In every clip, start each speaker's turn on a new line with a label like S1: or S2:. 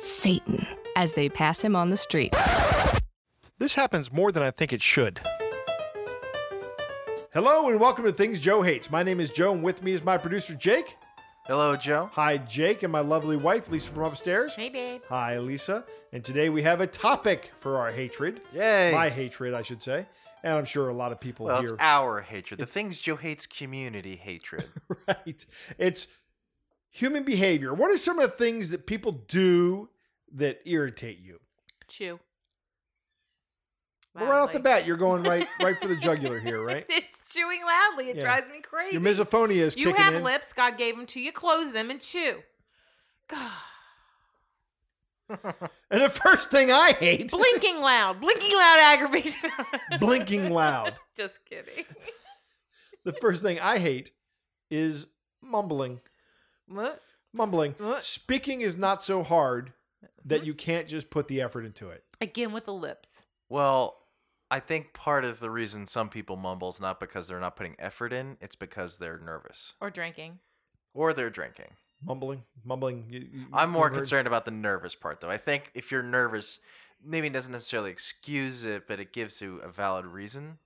S1: Satan, as they pass him on the street.
S2: This happens more than I think it should.
S3: Hello and welcome to Things Joe Hates. My name is Joe, and with me is my producer Jake.
S4: Hello, Joe.
S3: Hi, Jake, and my lovely wife Lisa from upstairs.
S4: Hey, babe.
S3: Hi, Lisa. And today we have a topic for our hatred.
S4: Yay.
S3: My hatred, I should say. And I'm sure a lot of people
S4: well, it's
S3: here.
S4: our hatred. The things Joe hates community hatred.
S3: right. It's human behavior. What are some of the things that people do that irritate you?
S5: Chew.
S3: Well, right off the bat, you're going right right for the jugular here, right?
S5: It's chewing loudly. It
S3: Yeah.
S5: drives me crazy.
S3: Your misophonia is
S5: You
S3: kicking
S5: have
S3: in.
S5: lips. God gave them to you. Close them and chew. God.
S3: And the first thing I hate,
S5: Blinking loud. Blinking loud aggravates me.
S3: blinking loud.
S5: Just kidding.
S3: The first thing I hate is mumbling.
S5: What?
S3: Mumbling.
S5: What?
S3: Speaking is not so hard
S5: Uh-huh.
S3: that you can't just put the effort into it.
S5: Again with the lips.
S4: well, I think part of the reason some people mumble is not because they're not putting effort in, it's because they're nervous
S5: Or drinking.
S4: or they're drinking.
S3: Mumbling, mumbling. You, you-
S4: I'm more
S3: you've Mm, heard-
S4: concerned about the nervous part, though. I think if you're nervous, maybe it doesn't necessarily excuse it, but it gives you a valid reason.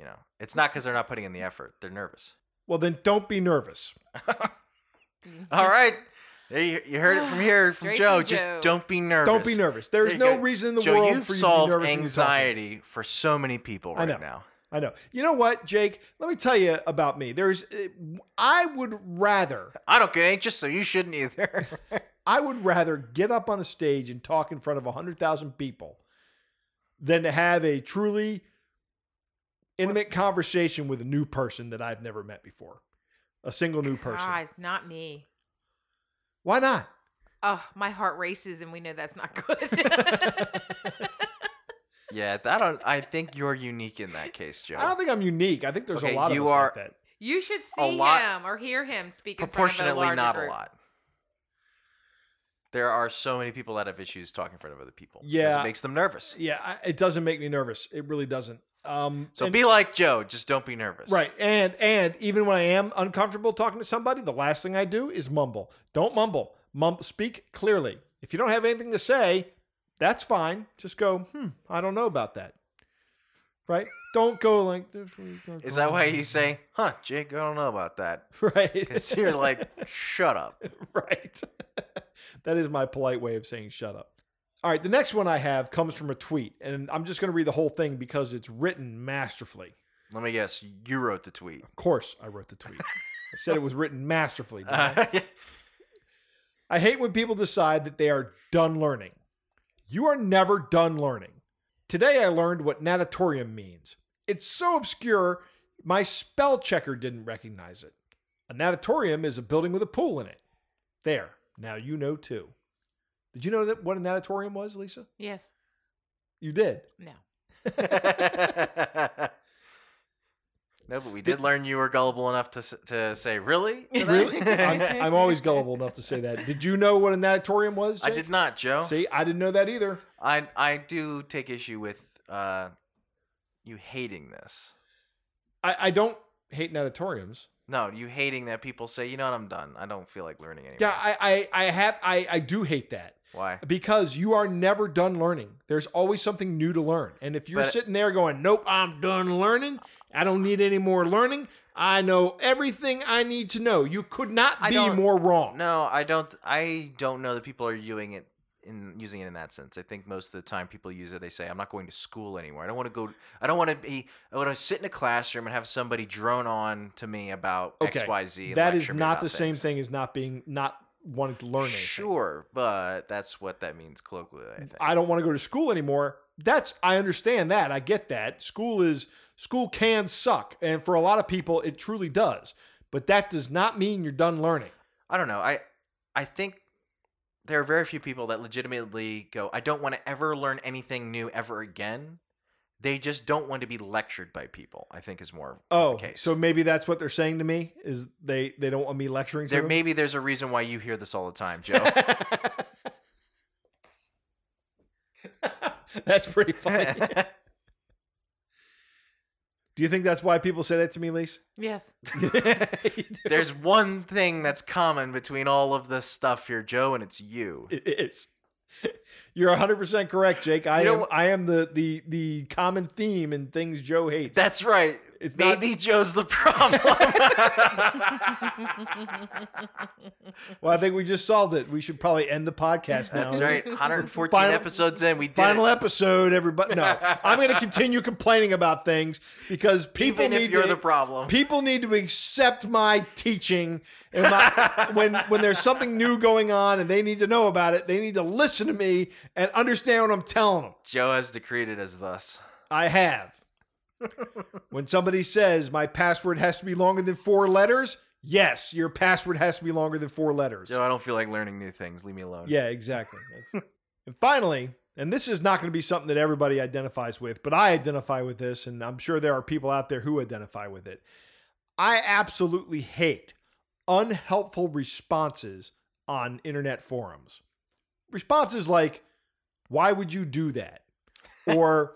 S4: You know, it's not because they're not putting in the effort, they're nervous.
S3: Well, then don't be nervous.
S4: All right. There you, you heard it from here from
S5: Straight
S4: Joe.
S5: from
S4: Just
S5: Joe.
S4: don't be nervous.
S3: Don't be nervous. There's
S4: There you
S3: no
S4: go.
S3: reason in the
S4: Joe,
S3: world
S4: you've
S3: for you to be
S4: solved
S3: nervous. when you're talking.
S4: anxiety for so many people
S3: I
S4: right
S3: know.
S4: now.
S3: I know. You know what, Jake? Let me tell you about me. There's, uh, I would rather,
S4: I don't get anxious, so you shouldn't either.
S3: I would rather get up on a stage and talk in front of hundred thousand people than to have a truly intimate conversation with a new person that I've never met before, a single new person.
S5: God, not me.
S3: Why not?
S5: Oh, my heart races, and we know that's not good.
S4: yeah, I don't. I think you're unique in that case, Joe.
S3: I don't think I'm unique. I think there's
S4: Okay,
S3: a lot of
S4: you
S3: us
S4: are-
S3: like that.
S5: you should see
S4: A lot-
S5: him or hear him speak in front of a
S4: Proportionately,
S5: larger
S4: not
S5: group.
S4: a lot. There are so many people that have issues talking in front of other people. 'cause
S3: Yeah.
S4: it makes them nervous.
S3: Yeah, I, it doesn't make me nervous. It really doesn't. Um,
S4: So
S3: and-
S4: be like Joe. Just don't be nervous.
S3: Right. And and even when I am uncomfortable talking to somebody, the last thing I do is mumble. Don't mumble. Mum speak clearly. If you don't have anything to say, that's fine. Just go, hmm, I don't know about that. Right? Don't go like this.
S4: Is that why you say, "Huh, Jake? I don't know about that,"
S3: Right.
S4: because you're like, "Shut up."
S3: right. that is my polite way of saying shut up. All right, the next one I have comes from a tweet, and I'm just going to read the whole thing because it's written masterfully.
S4: Let me guess. You wrote the tweet.
S3: Of course, I wrote the tweet. I said it was written masterfully. didn't I?
S4: Uh,
S3: I hate when people decide that they are done learning. You are never done learning. Today I learned what natatorium means. It's so obscure, my spell checker didn't recognize it. A natatorium is a building with a pool in it. There, now you know too. Did you know that what a natatorium was, Lisa?
S5: Yes.
S3: You did.
S5: No.
S4: no, but we did learn you were gullible enough to s- to say, "Really?"
S5: Really?
S3: I'm, I'm always gullible enough to say that. Did you know what a natatorium was?
S4: I
S3: Jake?
S4: did not, Joe.
S3: See, I didn't know that either.
S4: I I do take issue with uh, you hating this.
S3: I, I don't hate natatoriums.
S4: No, you hating that people say, "You know what? I'm done. I don't feel like learning anymore."
S3: Yeah, I, I, I have I, I do hate that.
S4: Why?
S3: Because you are never done learning. There's always something new to learn. And if you're
S4: But-
S3: sitting there going, nope, I'm done learning. I don't need any more learning. I know everything I need to know. You could not
S4: I
S3: be
S4: don't-
S3: more wrong.
S4: No, I don't. I don't know that people are using it in using it in that sense. I think most of the time people use it. They say, "I'm not going to school anymore. I don't want to go. I don't want to be. I want to sit in a classroom and have somebody drone on to me about
S3: Okay,
S4: X, Y, Z." and
S3: that is
S4: lecture me
S3: not
S4: about
S3: the same
S4: things."
S3: thing as not being not wanting to learn anything.
S4: Sure, but that's what that means colloquially. I think.
S3: I don't want to go to school anymore. That's I understand that. I get that. School is school can suck. And for a lot of people, it truly does. But that does not mean you're done learning.
S4: I don't know. I I think there are very few people that legitimately go, I don't want to ever learn anything new ever again. They just don't want to be lectured by people, I think is more
S3: Oh,
S4: the case.
S3: so maybe that's what they're saying to me is they they don't want me lecturing to
S4: there
S3: them?
S4: maybe there's a reason why you hear this all the time, Joe.
S3: that's pretty funny. Do you think that's why people say that to me, Lise?
S5: Yes.
S3: it
S4: there's one thing that's common between all of this stuff here, Joe, and it's you.
S3: is. You're 100 percent correct, Jake. I
S4: You know
S3: am.
S4: what-
S3: I am the the the common theme in things Joe hates.
S4: That's right.
S3: It's not-
S4: maybe Joe's the problem.
S3: well, I think we just solved it. We should probably end the podcast now.
S4: That's right. 114
S3: Final-
S4: episodes in, we did
S3: Final
S4: it.
S3: episode, everybody. No, I'm going to continue complaining about things because people
S4: Even
S3: need
S4: if you're
S3: to,
S4: the problem.
S3: People need to accept my teaching and my, when when there's something new going on and they need to know about it. They need to listen to me and understand what I'm telling them.
S4: Joe has decreed it as thus.
S3: I have. when somebody says my password has to be longer than four letters, yes, your password has to be longer than four letters.
S4: Joe, I don't feel like learning new things. Leave me alone.
S3: Yeah, exactly. That's- and finally, and this is not going to be something that everybody identifies with, but I identify with this, and I'm sure there are people out there who identify with it. I absolutely hate unhelpful responses on internet forums. Responses like, why would you do that? Or,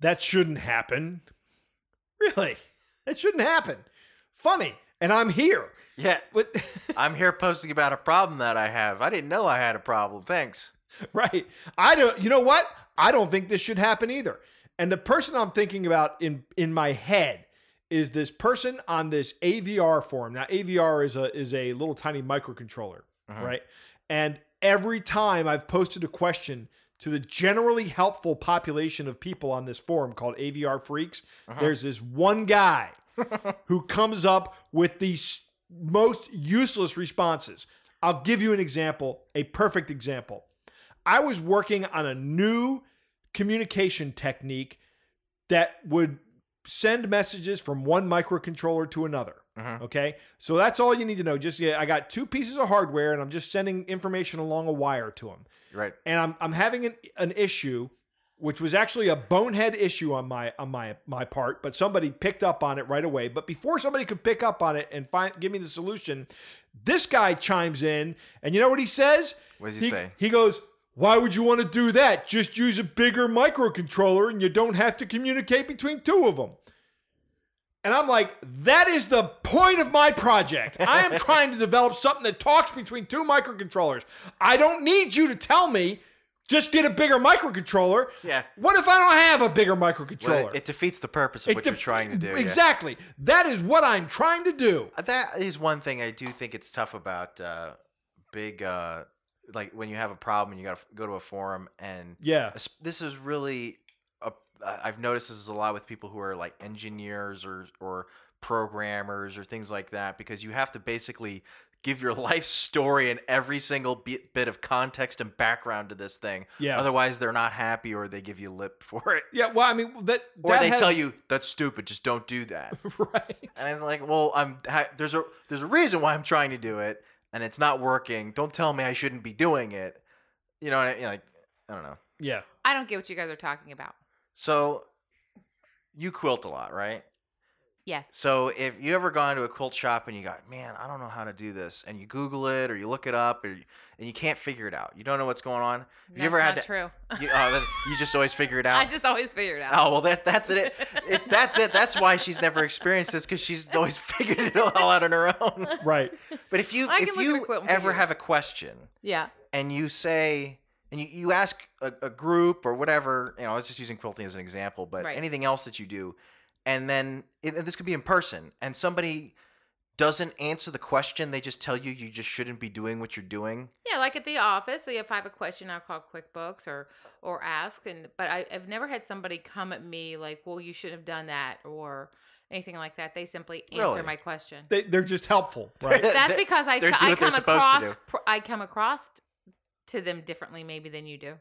S3: that shouldn't happen. Really? That shouldn't happen. Funny. And I'm here.
S4: Yeah.
S3: But
S4: I'm here posting about a problem that I have. I didn't know I had a problem. Thanks.
S3: Right. I don't you know what? I don't think this should happen either. And the person I'm thinking about in in my head is this person on this AVR forum. Now AVR is a is a little tiny microcontroller,
S4: Uh-huh.
S3: right? And every time I've posted a question to the generally helpful population of people on this forum called AVR freaks, there's this one guy who comes up with the s- most useless responses. I'll give you an example, a perfect example. I was working on a new communication technique that would send messages from one microcontroller to another.
S4: Mhm.
S3: Okay. So that's all you need to know. Just, yeah, I got two pieces of hardware and I'm just sending information along a wire to them
S4: Right.
S3: and I'm I'm having an an issue, which was actually a bonehead issue on my on my my part, but somebody picked up on it right away. But before somebody could pick up on it and find give me the solution, this guy chimes in, and you know what he says?
S4: What does he say?
S3: He goes. Why would you want to do that? Just use a bigger microcontroller and you don't have to communicate between two of them. And I'm like, that is the point of my project. I am trying to develop something that talks between two microcontrollers. I don't need you to tell me, just get a bigger microcontroller.
S4: Yeah.
S3: What if I don't have a bigger
S4: Well,
S3: microcontroller?
S4: it defeats the purpose of
S3: It
S4: what
S3: def-
S4: you're trying to do. yeah.
S3: Exactly. That is what I'm trying to do.
S4: Uh, That is one thing I do think it's tough about uh, big, uh, like when you have a problem and you got to go to a forum and
S3: Yeah.
S4: es- this is really a, I- I've noticed this is a lot with people who are like engineers or or programmers or things like that because you have to basically give your life story and every single bit, bit of context and background to this thing.
S3: Yeah.
S4: Otherwise, they're not happy or they give you lip for it.
S3: Yeah. Well, I mean, that.
S4: Or
S3: that
S4: they
S3: has-
S4: tell you that's stupid. Just don't do that.
S3: Right.
S4: And it's like, well, I'm ha- there's a there's a reason why I'm trying to do it, and it's not working. Don't tell me I shouldn't be doing it. You know, what I, you know, like I don't know.
S3: Yeah.
S5: I don't get what you guys are talking about.
S4: So you quilt a lot, right?
S5: Yes.
S4: So if you ever gone to a quilt shop and you got, man, I don't know how to do this, and you Google it or you look it up, or you, and you can't figure it out. You don't know what's going on.
S5: That's
S4: you ever had
S5: not
S4: to-
S5: true.
S4: You, uh, that- you just always figure it out.
S5: I just always figured it out.
S4: Oh well, that that's it. it that's it. That's why she's never experienced this because she's always figured it all out on her own.
S3: Right.
S4: But if you
S5: I can
S4: if
S5: look at a
S4: you
S5: quilt and figure
S4: ever
S5: it
S4: have a question
S5: Yeah.
S4: and you say and you, you ask a, a group or whatever, you know, I was just using quilting as an example, but
S5: Right.
S4: anything else that you do, and then and and this could be in person, and somebody doesn't answer the question, they just tell you you just shouldn't be doing what you're doing.
S5: Yeah, like at the office, so if I have a question, I'll call QuickBooks or or ask. And but I, I've never had somebody come at me like, "Well, you should have done that" or anything like that. They simply answer
S4: Really?
S5: my question.
S3: They, they're just helpful. Right.
S5: That's
S4: They-
S5: because I,
S4: they're doing
S5: I
S4: what they're
S5: come
S4: supposed to
S5: across
S4: do.
S5: pr- I come across to them differently maybe than you do.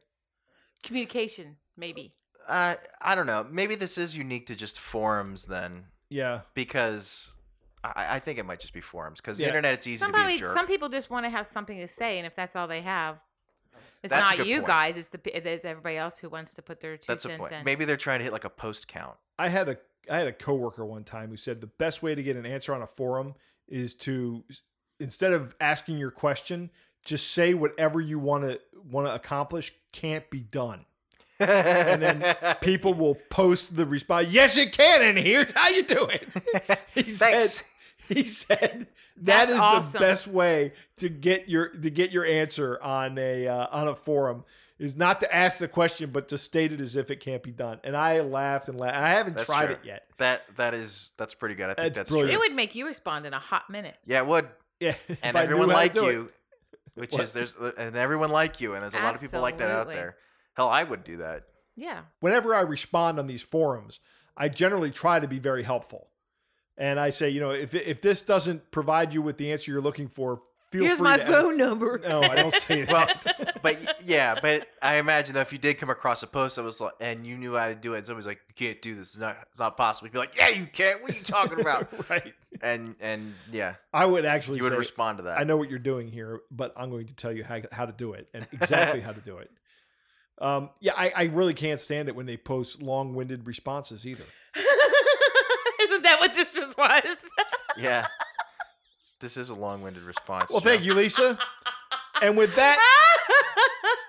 S5: Communication, maybe.
S4: Uh, I don't know. Maybe this is unique to just forums then,
S3: yeah.
S4: because I, I think it might just be forums because
S3: Yeah.
S4: the internet it's easy to be
S5: Somebody,
S4: a jerk.
S5: some people just want to have something to say, and if that's all they have, It's
S4: That's a
S5: not
S4: good
S5: you
S4: point.
S5: guys. It's the pe- it's everybody else who wants to put their two
S4: That's a
S5: cents
S4: point.
S5: in.
S4: Maybe they're trying to hit like a post count.
S3: I had a I had a coworker one time who said the best way to get an answer on a forum is to instead of asking your question, just say whatever you want to want to accomplish can't be done.
S4: and
S3: then People will post the response. Yes, it can, and here's how you do it. He said. He said that
S5: That's
S3: is the
S5: awesome.
S3: best way to get your to get your answer on a uh, on a forum is not to ask the question, but to state it as if it can't be done. And I laughed and laughed. I haven't
S4: That's
S3: tried
S4: true.
S3: it yet.
S4: that that is that's pretty good. I think
S3: That's
S4: that's,
S5: it
S3: brilliant.
S4: true.
S5: would make you respond in a hot minute.
S4: Yeah, it would.
S3: Yeah, if
S4: And
S3: I knew
S4: everyone
S3: how to
S4: like
S3: do it.
S4: you, which
S3: What?
S4: is there's uh, and everyone like you, and there's a lot of people like that out
S5: Absolutely.
S4: there. Hell, I would do that.
S5: Yeah.
S3: Whenever I respond on these forums, I generally try to be very helpful, and I say, you know, if if this doesn't provide you with the answer you're looking for, feel
S5: Here's
S3: free
S5: my
S3: to
S5: phone number.
S3: No, I don't say that.
S4: Well, but y- yeah, but I imagine though if you did come across a post that was like, and you knew how to do it, and somebody's like, "You can't do this. It's not, it's not possible." You'd be like, "Yeah, you can. What are you talking about?"
S3: right?
S4: and and yeah,
S3: I would actually
S4: you would
S3: say,
S4: respond to that.
S3: I know what you're doing here, but I'm going to tell you how, how to do it and exactly how to do it. Um, yeah, I, I really can't stand it when they post long-winded responses either.
S5: Isn't that what this just was?
S4: Yeah, this is a long-winded response.
S3: Well,
S4: Joe.
S3: thank you, Lisa. And with that,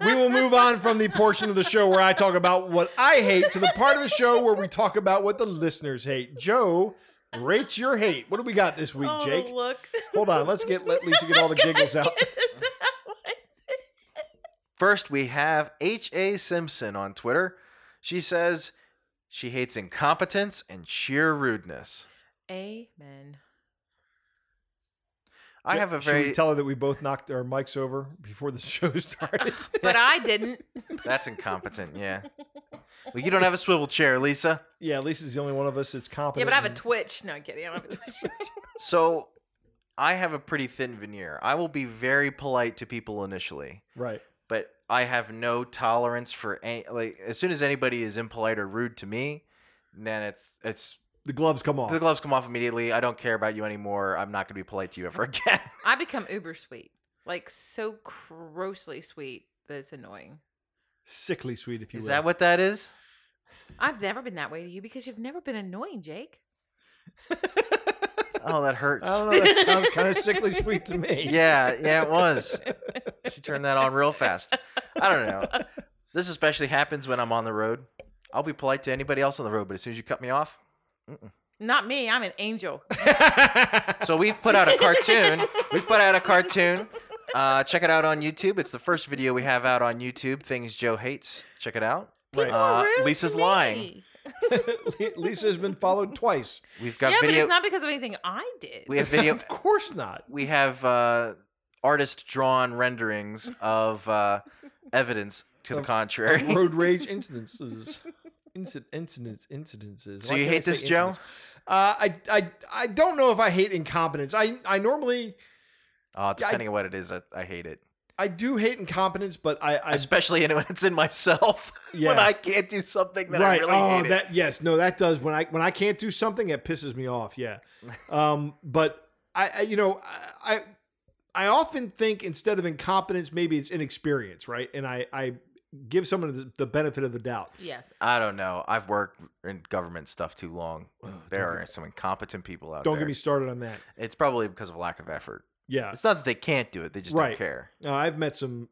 S3: we will move on from the portion of the show where I talk about what I hate to the part of the show where we talk about what the listeners hate. Joe, rate your hate. What do we got this week,
S5: Oh,
S3: Jake?
S5: Look.
S3: Hold on, let's get let Lisa get all the giggles out.
S4: First, we have H.A. Simpson on Twitter. She says she hates incompetence and sheer rudeness.
S5: Amen.
S4: I have a
S3: Should
S4: very
S3: we tell her that we both knocked our mics over before the show started.
S5: But I didn't.
S4: that's incompetent. Yeah. Well, you don't have a swivel chair, Lisa.
S3: yeah, Lisa's the only one of us that's
S5: Yeah,
S3: competent.
S5: but I have a
S3: and-
S5: twitch. No, I'm kidding. I don't have a twitch.
S4: So, I have a pretty thin veneer. I will be very polite to people initially.
S3: right.
S4: but I have no tolerance for any like as soon as anybody is impolite or rude to me, then it's it's
S3: The gloves come off.
S4: the gloves come off immediately. I don't care about you anymore. I'm not going to be polite to you ever again.
S5: I become uber sweet. Like so grossly sweet that it's annoying.
S3: Sickly sweet, if you
S4: is
S3: will.
S4: that what that is?
S5: I've never been that way to you because you've never been annoying, Jake.
S4: Oh, that hurts.
S3: I don't know. That sounds kind of sickly sweet to me.
S4: Yeah, yeah, it was. She turned that on real fast. I don't know. This especially happens when I'm on the road. I'll be polite to anybody else on the road, but as soon as you cut me off,
S5: Not me. I'm an angel.
S4: so we've put out a cartoon. We've put out a cartoon. Uh, check it out on YouTube. It's the first video we have out on YouTube. Things Joe hates. Check it out.
S3: Right.
S4: Uh,
S5: Rude Oh, to
S4: Lisa's lying.
S5: me.
S3: Lisa has been followed twice.
S4: We've got
S5: yeah, but
S4: video.
S5: it's not because of anything I did.
S4: we have video.
S3: of course not.
S4: we have uh, artist drawn renderings of uh, evidence to the
S3: Of-
S4: contrary.
S3: Road rage incidences. Inci- incidents, incidences.
S4: So you hate
S3: can't I
S4: this,
S3: say
S4: Joe?
S3: incidents? Uh, I, I, I don't know if I hate incompetence. I, I normally,
S4: Uh, depending on what it is, I, I hate it.
S3: I do hate incompetence, but I, I
S4: Especially when it's in myself. when
S3: Yeah.
S4: I can't do something that I
S3: right.
S4: really
S3: oh,
S4: hate.
S3: that yes, no, that does. When I when I can't do something, it pisses me off. Yeah. Um, but I, I you know, I, I I often think instead of incompetence, maybe it's inexperience, right? And I I give someone the- the benefit of the doubt.
S5: yes.
S4: I don't know. I've worked in government stuff too long. There
S3: don't
S4: are some incompetent people out
S3: Don't
S4: there.
S3: get me started on that.
S4: It's probably because of lack of effort.
S3: Yeah.
S4: It's not that they can't do it; they just
S3: Right.
S4: don't care,
S3: Uh, I've met some.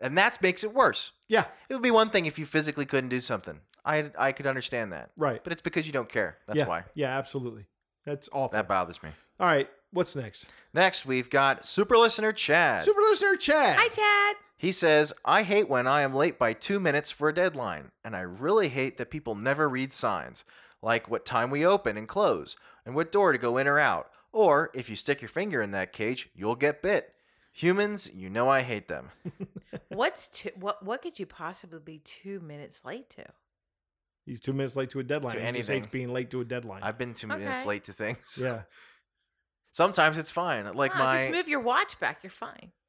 S4: and that makes it worse.
S3: Yeah.
S4: It would be one thing if you physically couldn't do something. I I could understand that,
S3: Right.
S4: but it's because you don't care. That's
S3: yeah.
S4: why
S3: Yeah. Absolutely. That's awful.
S4: that bothers me.
S3: All right. What's next?
S4: Next, we've got super listener Chad.
S3: Super listener Chad.
S5: Hi, Chad.
S4: He says, "I hate when I am late by two minutes for a deadline, and I really hate that people never read signs, like what time we open and close, and what door to go in or out. Or if you stick your finger in that cage, you'll get bit. Humans, you know I hate them.
S5: What's two, what? What could you possibly be two minutes late to?
S3: He's two minutes late to a deadline.
S4: To
S3: he just
S4: anything.
S3: hates being late to a deadline.
S4: I've been two minutes
S5: Okay.
S4: late to things.
S3: yeah.
S4: Sometimes it's fine. Like
S5: Ah,
S4: my
S5: just move your watch back. You're fine.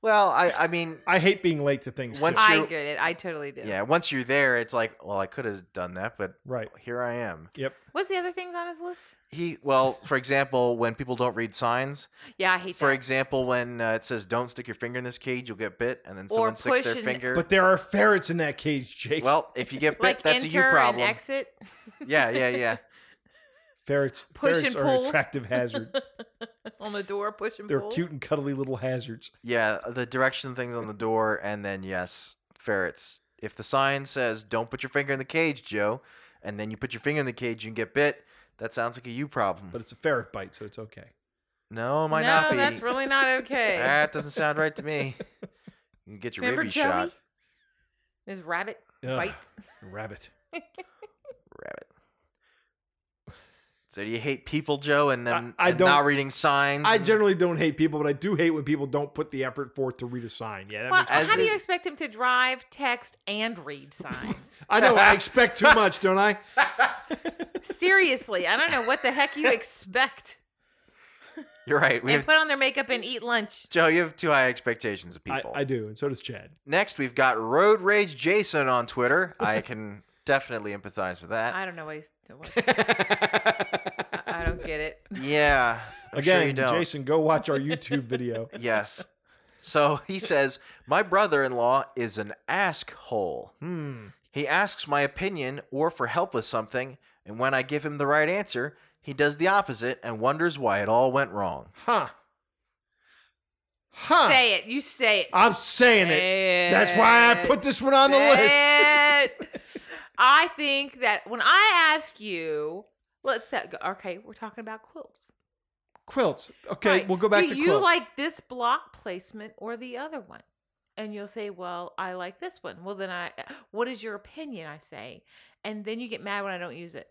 S4: Well, I I mean,
S3: I hate being late to things.
S4: Once
S3: too.
S5: I
S4: you're-
S5: get it. I totally do.
S4: yeah. Once you're there, it's like, well, I could have done that, but
S3: right.
S4: here I am.
S3: Yep.
S5: What's the other things on his list?
S4: He well, for example, when people don't read signs,
S5: Yeah, I hate
S4: for
S5: that.
S4: example, when uh, it says "Don't stick your finger in this cage, you'll get bit," and then
S5: Or
S4: someone sticks their
S5: push an-
S4: finger.
S3: But there are ferrets in that cage, Jake.
S4: well, if you get bit,
S5: like
S4: that's a you
S5: enter and
S4: problem.
S5: exit.
S4: yeah, yeah, yeah.
S3: ferrets,
S5: Push
S3: ferrets
S5: and
S3: are an
S5: pull.
S3: attractive hazard.
S5: on the door, push and
S3: They're
S5: pull.
S3: cute and cuddly little hazards.
S4: Yeah, the direction things on the door, and then yes, ferrets. If the sign says "Don't put your finger in the cage, Joe," and then you put your finger in the cage, you can get bit. That sounds like a you problem.
S3: But it's a ferret bite, so it's okay.
S4: no, it might
S5: no,
S4: not be.
S5: that's really not okay.
S4: that doesn't sound right to me. You can get your
S5: Remember
S4: ribby
S5: Joey?
S4: shot,
S5: His rabbit
S3: Ugh,
S5: bites.
S3: Rabbit.
S4: rabbit. So do you hate people, Joe, and then
S3: I
S4: and not
S3: don't-
S4: reading signs?
S3: I
S4: and-
S3: generally don't hate people, but I do hate when people don't put the effort forth to read a sign. Yeah, that
S5: Well,
S3: makes me-
S4: as
S5: how do
S4: is-
S5: you expect him to drive, text, and read signs?
S3: I know. I expect too much, don't I?
S5: Seriously, I don't know what the heck you expect.
S4: You're right. We
S5: and
S4: have
S5: put on their makeup and eat lunch.
S4: Joe. You have too high expectations of
S3: I,
S4: people.
S3: I do, and so does Chad.
S4: Next, we've got Road Rage Jason on Twitter. I can definitely empathize with that.
S5: I don't know what he's doing. I don't get it.
S4: Yeah. I'm sure you
S3: Again,
S4: don't.
S3: Jason, go watch our YouTube video.
S4: Yes. So he says, My brother in law is an ask hole.
S3: Hmm.
S4: He asks my opinion or for help with something, and when I give him the right answer, he does the opposite and wonders why it all went wrong.
S3: Huh. Huh.
S5: Say it. You say it.
S3: I'm saying it.
S5: Say
S3: That's why I
S5: it.
S3: put this one on the list.
S5: Say it. I think that when I ask you, let's set, okay, we're talking about quilts.
S3: Quilts. Okay,
S5: Right.
S3: we'll go back
S5: Do
S3: to
S5: you
S3: quilts.
S5: like this block placement or the other one? And you'll say, "Well, I like this one." Well, then I, what is your opinion? I say, and then you get mad when I don't use it.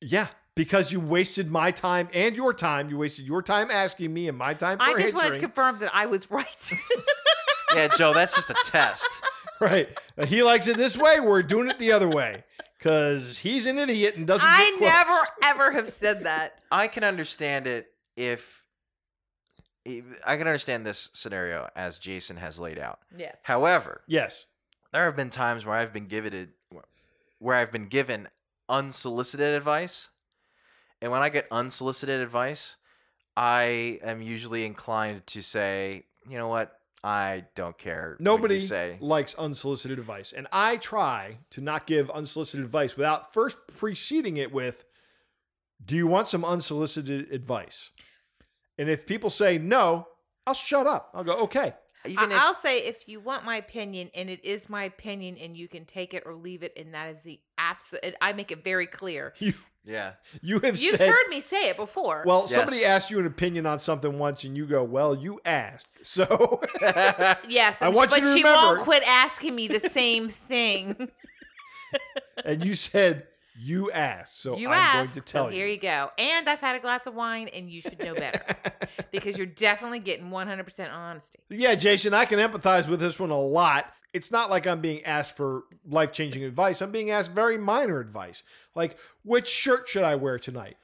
S3: yeah, because you wasted my time and your time. You wasted your time asking me and my time for
S5: I just wanted to
S3: answering.
S5: confirm that I was right.
S4: Yeah, Joe, that's just a test.
S3: right. Uh, He likes it this way. We're doing it the other way because he's an idiot and doesn't.
S5: I
S3: get quilts.
S5: never ever have said that.
S4: I can understand it if. e, I can understand this scenario as Jason has laid out.
S5: Yes.
S4: However,
S3: Yes.
S4: there have been times where I've been given where I've been given unsolicited advice, and when I get unsolicited advice, I am usually inclined to say, you know what, I don't care. what you
S3: Nobody
S4: say
S3: likes unsolicited advice. And I try to not give unsolicited advice without first preceding it with, Do you want some unsolicited advice? And if people say no, I'll shut up. I'll go, Okay.
S4: even
S5: I-
S4: if
S5: I'll say if you want my opinion, and it is my opinion, and you can take it or leave it, and that is the absolute. I make it very clear.
S3: You,
S4: yeah.
S3: you have
S5: You've
S3: said,
S5: heard me say it before.
S3: Well,
S4: Yes.
S3: somebody asked you an opinion on something once and you go, Well, you asked. So,
S5: yes,
S3: I want
S5: but
S3: you to
S5: she
S3: remember-
S5: won't quit asking me the same thing.
S3: and you said, You asked. So
S5: you
S3: I'm
S5: asked,
S3: going to tell
S5: so
S3: you.
S5: here you go. And I've had a glass of wine, and you should know better because you're definitely getting 100% honesty.
S3: Yeah, Jason, I can empathize with this one a lot. It's not like I'm being asked for life changing advice. I'm being asked very minor advice, like which shirt should I wear tonight?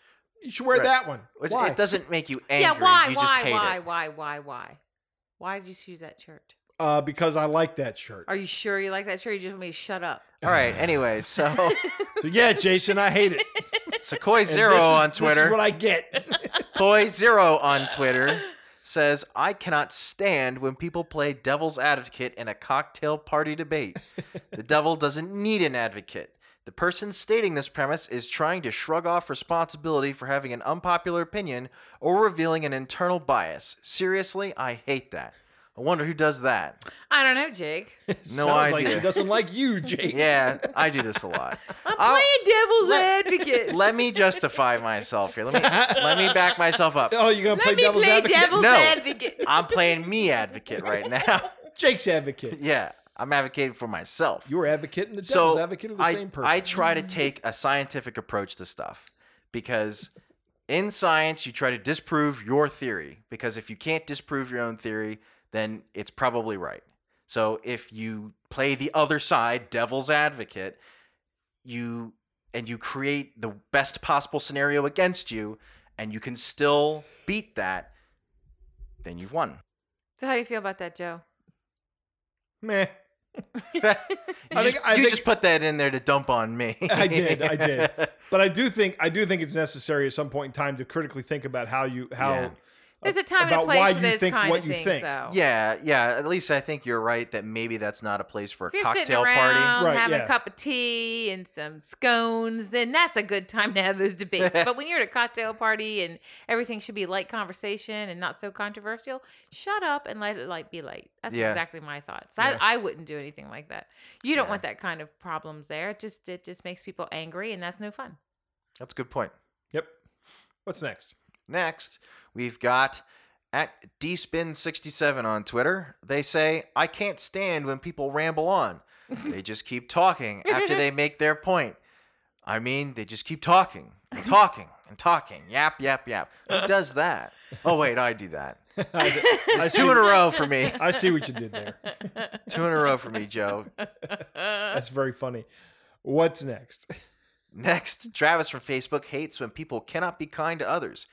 S3: You should wear
S4: Right.
S3: that one.
S4: Which-
S3: Why?
S4: It doesn't make you angry.
S5: yeah, why,
S4: you just
S5: why,
S4: hate
S5: why,
S4: it.
S5: why, why, why? Why did you choose that shirt?
S3: uh, because I like that shirt.
S5: Are you sure you like that shirt? or You just want me to shut up.
S4: All right. Anyway, so
S3: So yeah, Jason, I hate it.
S4: Sequoy
S3: And
S4: Zero
S3: this is-
S4: on
S3: This is
S4: Twitter.
S3: what I get.
S4: Koi Zero on Twitter says, I cannot stand when people play devil's advocate in a cocktail party debate. The devil doesn't need an advocate. The person stating this premise is trying to shrug off responsibility for having an unpopular opinion or revealing an internal bias. Seriously, I hate that. I wonder who does that.
S5: I don't know, Jake.
S4: No
S3: Sounds like
S4: idea.
S3: she doesn't like you, Jake.
S4: Yeah, I do this a lot.
S5: I'm
S4: I'll-
S5: playing devil's advocate.
S4: Let me justify myself here. Let me let me back myself up.
S3: Oh, you're gonna
S5: Let
S3: play
S5: me
S3: devil's
S5: play
S3: advocate?
S5: devil's
S4: No.
S5: advocate.
S4: I'm playing me advocate right now.
S3: Jake's advocate.
S4: Yeah, I'm advocating for myself.
S3: You were advocating the devil's
S4: so
S3: advocate of the
S4: I,
S3: same person.
S4: I try to take a scientific approach to stuff because in science you try to disprove your theory because if you can't disprove your own theory, then it's probably right. So if you play the other side, devil's advocate, you and you create the best possible scenario against you and you can still beat that, then you've won.
S5: So how do you feel about that, Joe?
S3: Meh.
S4: you just,
S3: think- I
S4: you
S3: think-
S4: just put that in there to dump on me.
S3: I did, I did. But I do think I do think it's necessary at some point in time to critically think about how you how
S4: Yeah.
S5: There's a time and
S3: about
S5: a place
S3: why
S5: for
S3: you
S5: those
S3: think
S5: kind
S3: what
S5: of
S3: you
S5: things,
S3: think.
S5: though.
S4: Yeah, yeah. At least I think you're right that maybe that's not a place for a
S5: If you're
S4: cocktail
S5: sitting around
S3: Right,
S5: having
S3: yeah.
S5: a cup of tea and some scones, then that's a good time to have those debates. but when you're at a cocktail party and everything should be light conversation and not so controversial, shut up and let it light be light. That's
S4: Yeah.
S5: exactly my thoughts.
S4: Yeah.
S5: I, I wouldn't do anything like that. You don't
S4: Yeah.
S5: want that kind of problems there. It just it just makes people angry and that's no fun.
S4: That's a good point.
S3: Yep. What's next?
S4: Next, we've got at dspin67 on Twitter. They say, I can't stand when people ramble on. They just keep talking after they make their point. I mean, they just keep talking and talking and talking. Yap, yap, yap. Who does that? Oh, wait, I do that.
S3: I, I see,
S4: Two in a row for me.
S3: I see what you did there.
S4: Two in a row for me, Joe.
S3: That's very funny. What's next?
S4: Next, Travis from Facebook hates when people cannot be kind to others.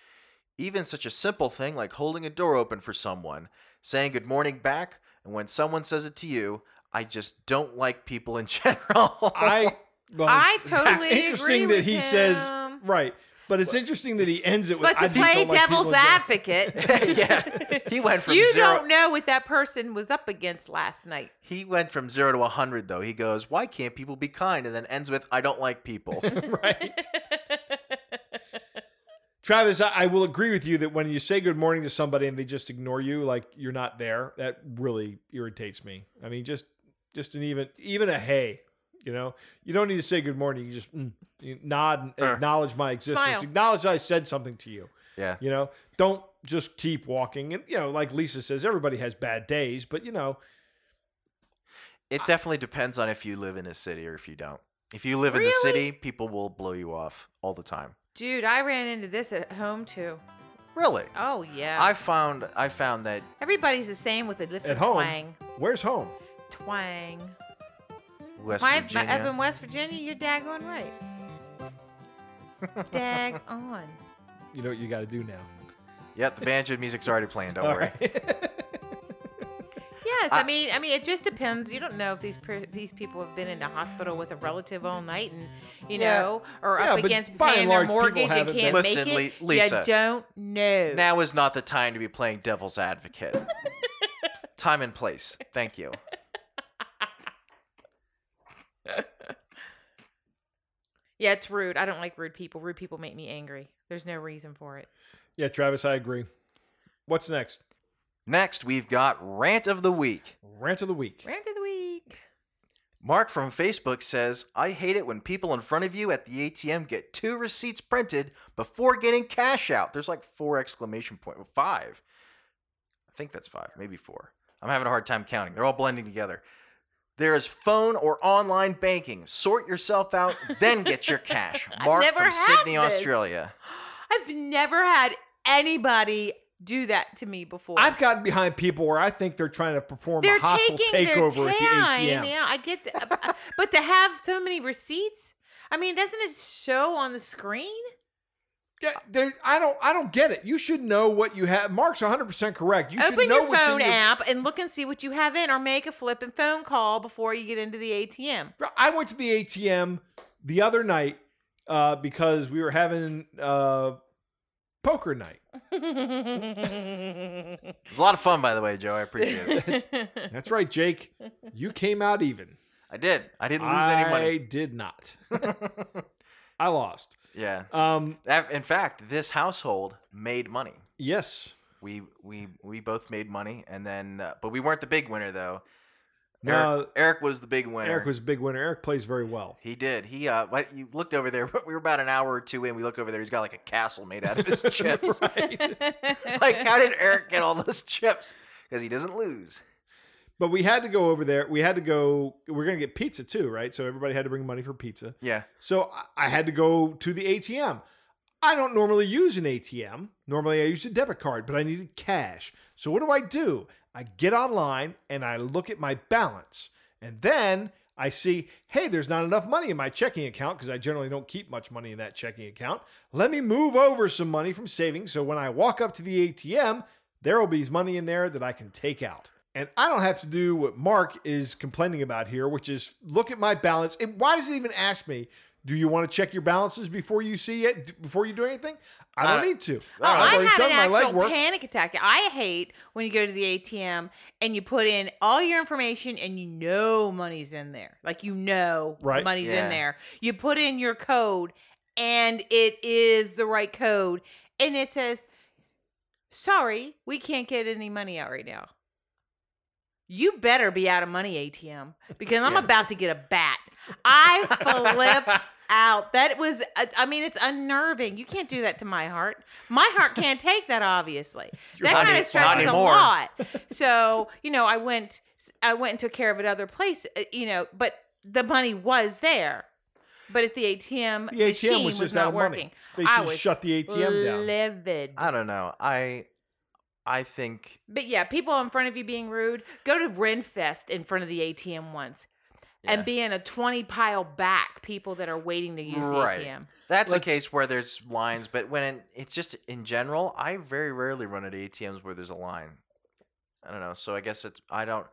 S4: Even such a simple thing like holding a door open for someone, saying good morning back, and when someone says it to you, I just don't like people in general.
S3: I well,
S5: I
S3: it's-
S5: totally
S3: it's interesting
S5: agree
S3: that he
S5: with
S3: says
S5: him.
S3: right, but it's interesting that he ends it with.
S5: But to
S3: I just don't
S5: play
S3: like people
S5: devil's
S3: in general."
S5: advocate,
S4: yeah. He went from
S5: you do
S4: 0
S5: don't know what that person was up against last night.
S4: he went from 0 to 100 though. He goes, "Why can't people be kind?" and then ends with, "I don't like people."
S3: right? Travis, I, I will agree with you that when you say good morning to somebody and they just ignore you, like you're not there, that really irritates me. I mean, just just an even even a hey, you know, you don't need to say good morning. You just mm, you nod and
S4: Uh.
S3: acknowledge my existence,
S5: Smile.
S3: acknowledge I said something to you.
S4: yeah.
S3: You know, don't just keep walking. And you know, like Lisa says, everybody has bad days, but you know,
S4: It definitely depends on if you live in a city or if you don't. If you live in the
S5: Really?
S4: city, people will blow you off all the time.
S5: Dude, I ran into this at home too.
S4: Really?
S5: Oh yeah.
S4: I found I found that
S5: Everybody's the same with a different
S3: at home,
S5: twang.
S3: where's home?
S5: Twang.
S4: West
S5: My, my
S4: Virginia.
S5: up in West Virginia, you're daggone right. Dag on.
S3: You know what you got to do now.
S4: Yep, the banjo music's already playing. Don't
S3: All
S4: worry.
S3: right.
S5: Yes, I,
S4: I-
S5: mean, I mean, it just depends. You don't know if these per- these people have been in the hospital with a relative all night, and you
S4: Yeah.
S5: know, or
S3: Yeah,
S5: up
S3: but
S5: against
S3: by and
S5: paying
S3: large,
S5: their
S3: people
S5: mortgage and
S3: haven't
S5: can't
S4: been-
S5: make
S4: Listen,
S5: it.
S4: Le- Lisa.
S5: You don't know.
S4: Now is not the time to be playing devil's advocate. time and place. Thank you.
S5: yeah, it's rude. I don't like rude people. Rude people make me angry. There's no reason for it.
S3: yeah, Travis, I agree. What's next?
S4: Next, we've got rant of the week.
S3: Rant of the week.
S5: Rant of the week.
S4: Mark from Facebook says, "I hate it when people in front of you at the ATM get two receipts printed before getting cash out." There's like four exclamation point five. I think that's five, maybe four. I'm having a hard time counting. They're all blending together. There is phone or online banking. Sort yourself out, then get your cash.
S5: I've
S4: Mark
S5: never
S4: from
S5: had
S4: Sydney,
S5: this.
S4: Australia.
S5: I've never had anybody do that to me before.
S3: I've gotten behind people where I think they're trying to perform
S5: they're
S3: a hostile
S5: taking their
S3: takeover
S5: time.
S3: at the ATM.
S5: Yeah, I get that, but to have so many receipts, I mean, doesn't it show on the screen?
S3: Yeah, they're- I don't I don't get it. You should know what you have. Mark's 100% correct. You should
S5: Open
S3: know
S5: your
S3: what's
S5: phone
S3: in your
S5: app and look and see what you have in, or make a flip and phone call before you get into the ATM.
S3: I went to the ATM the other night uh, because we were having uh, poker night.
S4: It was a lot of fun, by the way, Joe. I appreciate it.
S3: That's right, Jake. You came out even.
S4: I did. I didn't lose any
S3: I
S4: money.
S3: did not. I lost.
S4: Yeah.
S3: Um,
S4: That- In fact, this household made money.
S3: yes.
S4: We we we both made money, and then uh, but we weren't the big winner though. Eric,
S3: No.
S4: Eric was the big winner.
S3: Eric was a big winner. Eric plays very well.
S4: He did. He uh, what- you looked over there. We were about an hour or two in. We look over there. He's got like a castle made out of his chips.
S3: Right.
S4: Like, how did Eric get all those chips? Because he doesn't lose.
S3: But we had to go over there. We had to go. We're gonna get pizza too, right? So everybody had to bring money for pizza.
S4: Yeah.
S3: So I- I had to go to the ATM. I don't normally use an ATM. Normally I use a debit card, but I needed cash. So what do I do? I get online and I look at my balance. And then I see, hey, there's not enough money in my checking account because I generally don't keep much money in that checking account. Let me move over some money from savings so when I walk up to the ATM, there will be money in there that I can take out. And I don't have to do what Mark is complaining about here, which is look at my balance. And why does it even ask me? Do you want to check your balances before you see it? Before you do anything, I don't
S4: Uh,
S3: need to.
S5: Oh, I
S3: already
S5: had
S3: done
S5: an
S3: my
S5: actual
S3: legwork.
S5: panic attack. I hate when you go to the ATM and you put in all your information and you know money's in there. Like you know
S3: Right.
S5: money's
S4: Yeah.
S5: in there. You put in your code and it is the right code and it says sorry, we can't get any money out right now. You better be out of money ATM because I'm
S4: Yeah.
S5: about to get a bat. I flip out. That was, I- I mean, it's unnerving. You can't do that to my heart. My heart can't take that, obviously. that
S4: not
S5: kind
S4: any-
S5: of
S4: not
S5: stresses a
S4: anymore.
S5: lot. So, you know, I went, I went and took care of it other place, uh, you know, but the money was there. But at the ATM,
S3: The ATM
S5: machine
S3: was just out
S5: not
S3: of
S5: working.
S3: money. They
S5: I
S3: should
S5: was
S3: shut the ATM down.
S5: Livid.
S4: I don't know. I I think
S5: But yeah, people in front of you being rude. Go to Renfest in front of the ATM once
S4: Yeah.
S5: and be in a 20 pile back, people that are waiting to use
S4: Right.
S5: the ATM.
S4: that's
S3: Let's-
S4: a case where there's lines, but when it, it's just in general, I very rarely run at ATMs where there's a line. I don't know. So I guess it's I don't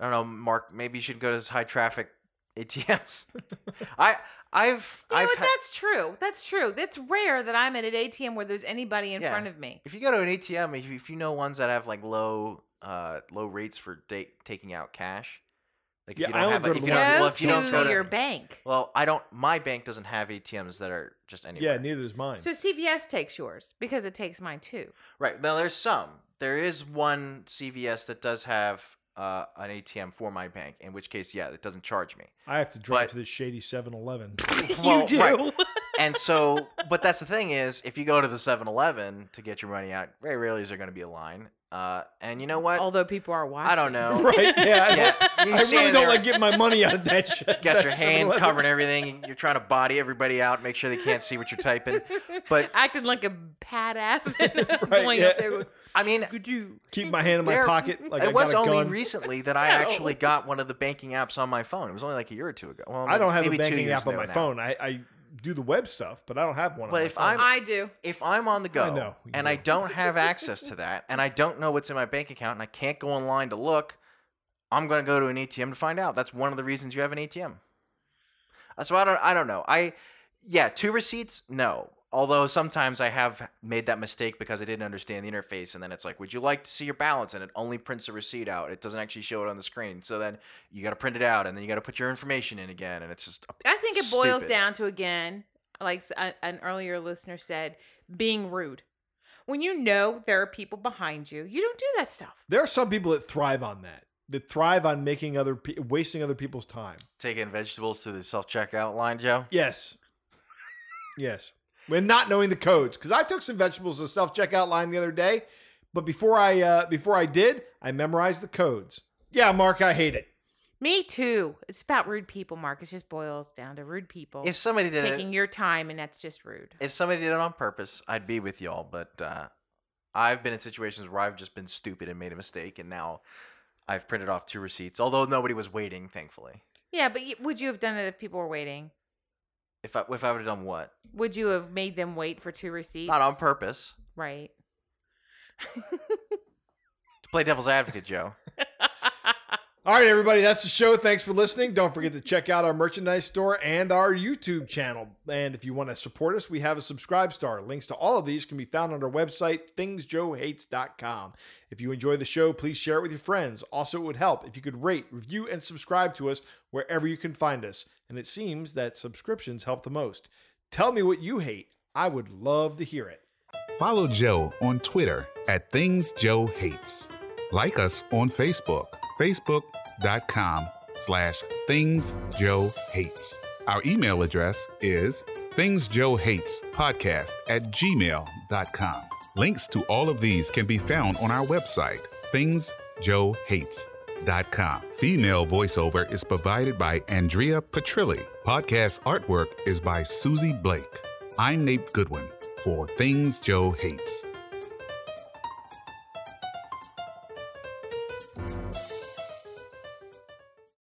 S4: I don't know, Mark, maybe you should go to those high traffic ATMs. I I've
S5: You know
S4: I've
S5: what?
S4: had-
S5: That's true. That's true. That's rare that I'm at an ATM where there's anybody in
S4: Yeah.
S5: front of me.
S4: if you go to an ATM, if you, if you know ones that have like low uh low rates for da- taking out cash, like if
S3: Yeah,
S4: you
S3: I
S4: don't
S3: don't
S4: have
S3: go
S4: like,
S3: to
S4: if
S3: the
S4: you
S5: go
S4: don't
S3: ones-
S4: well, if you don't
S5: to
S4: go to
S5: your bank.
S4: well, I don't. My bank doesn't have ATMs that are just anywhere.
S3: Yeah, neither is mine.
S5: So CVS takes yours because it takes mine too.
S4: Right. Now there's some. There is one CVS that does have uh, an ATM for my bank. In which case, yeah, it doesn't charge me.
S3: I have to drive
S4: but-
S3: to this shady 7-Eleven.
S4: Well, right. and so, but that's the thing is, if you go to the 7-Eleven to get your money out, very rarely is there going to be a line. Uh, and you know what?
S5: Although people are watching.
S4: I don't know.
S3: right? Yeah. I-
S4: Yeah,
S3: I,
S4: you
S3: really
S4: stand
S3: don't
S4: there-
S3: like getting my money out of that shit.
S4: Got your
S3: That
S4: hand
S3: 7-Eleven.
S4: covering everything. You're trying to body everybody out, make sure they can't see what you're typing. But
S5: acting like a badass and
S3: Right,
S5: going up
S3: yeah.
S5: there with
S4: I mean,
S5: "Gudoo."
S3: Keep my hand in my
S4: There-
S3: pocket. Like I
S4: it was
S3: got a
S4: only
S3: gun.
S4: recently that I actually got one of the banking apps on my phone. It was only like a year or two ago. Well,
S3: I don't have
S4: maybe
S3: a
S4: two
S3: banking
S4: years
S3: app on
S4: ago
S3: my
S4: now.
S3: phone. I, I do the web stuff, but I don't have one.
S4: But
S3: on
S4: if
S3: my phone.
S4: I'm-
S5: I do.
S4: if I'm on the go
S3: know, you
S4: and
S3: know.
S4: I don't have access to that and I don't know what's in my bank account and I can't go online to look, I'm going to go to an ATM to find out. That's one of the reasons you have an ATM. Uh, So I don't I don't know. I yeah, two receipts? No. Although sometimes I have made that mistake because I didn't understand the interface and then it's like, "Would you like to see your balance?" and it only prints a receipt out. It doesn't actually show it on the screen. So then you got to print it out and then you got to put your information in again and it's just
S5: I think it boils
S4: Stupid.
S5: down to again, like s- a- an earlier listener said, being rude. When you know there are people behind you, you don't do that stuff.
S3: there are some people that thrive on that. That thrive on making other pe- wasting other people's time.
S4: taking vegetables to the self-checkout line, Joe.
S3: Yes. Yes. And not knowing the codes because I took some vegetables to self checkout line the other day, but before I uh, before I did, I memorized the codes. Yeah, Mark, I hate it.
S5: Me too. It's about rude people, Mark. It just boils down to rude people
S4: If somebody did it,
S5: Oh. taking your time, and that's just rude.
S4: if somebody did it on purpose, I'd be with y'all. But uh, I've been in situations where I've just been stupid and made a mistake, and now I've printed off two receipts. Although nobody was waiting, thankfully.
S5: Yeah, but y- would you have done it if people were waiting?
S4: If I if I would have done what?
S5: Would you have made them wait for two receipts?
S4: Not on purpose.
S5: Right.
S4: To play devil's advocate, Joe.
S3: All right, everybody, that's the show. Thanks for listening. Don't forget to check out our merchandise store and our YouTube channel. And if you want to support us, we have a subscribe star. Links to all of these can be found on our website, thingsjoehates.com. If you enjoy the show, please share it with your friends. Also, it would help if you could rate, review, and subscribe to us wherever you can find us. And it seems that subscriptions help the most. Tell me what you hate. I would love to hear it.
S6: Follow Joe on Twitter at Things Joe Hates. Like us on Facebook, facebook.com slash Things Joe Hates. Our email address is Things Joe Hates Podcast at gmail.com. Links to all of these can be found on our website, thingsjoehates.com. Female voiceover is provided by Andrea Petrilli. Podcast artwork is by Susie Blake. I'm Nate Goodwin for Things Joe Hates.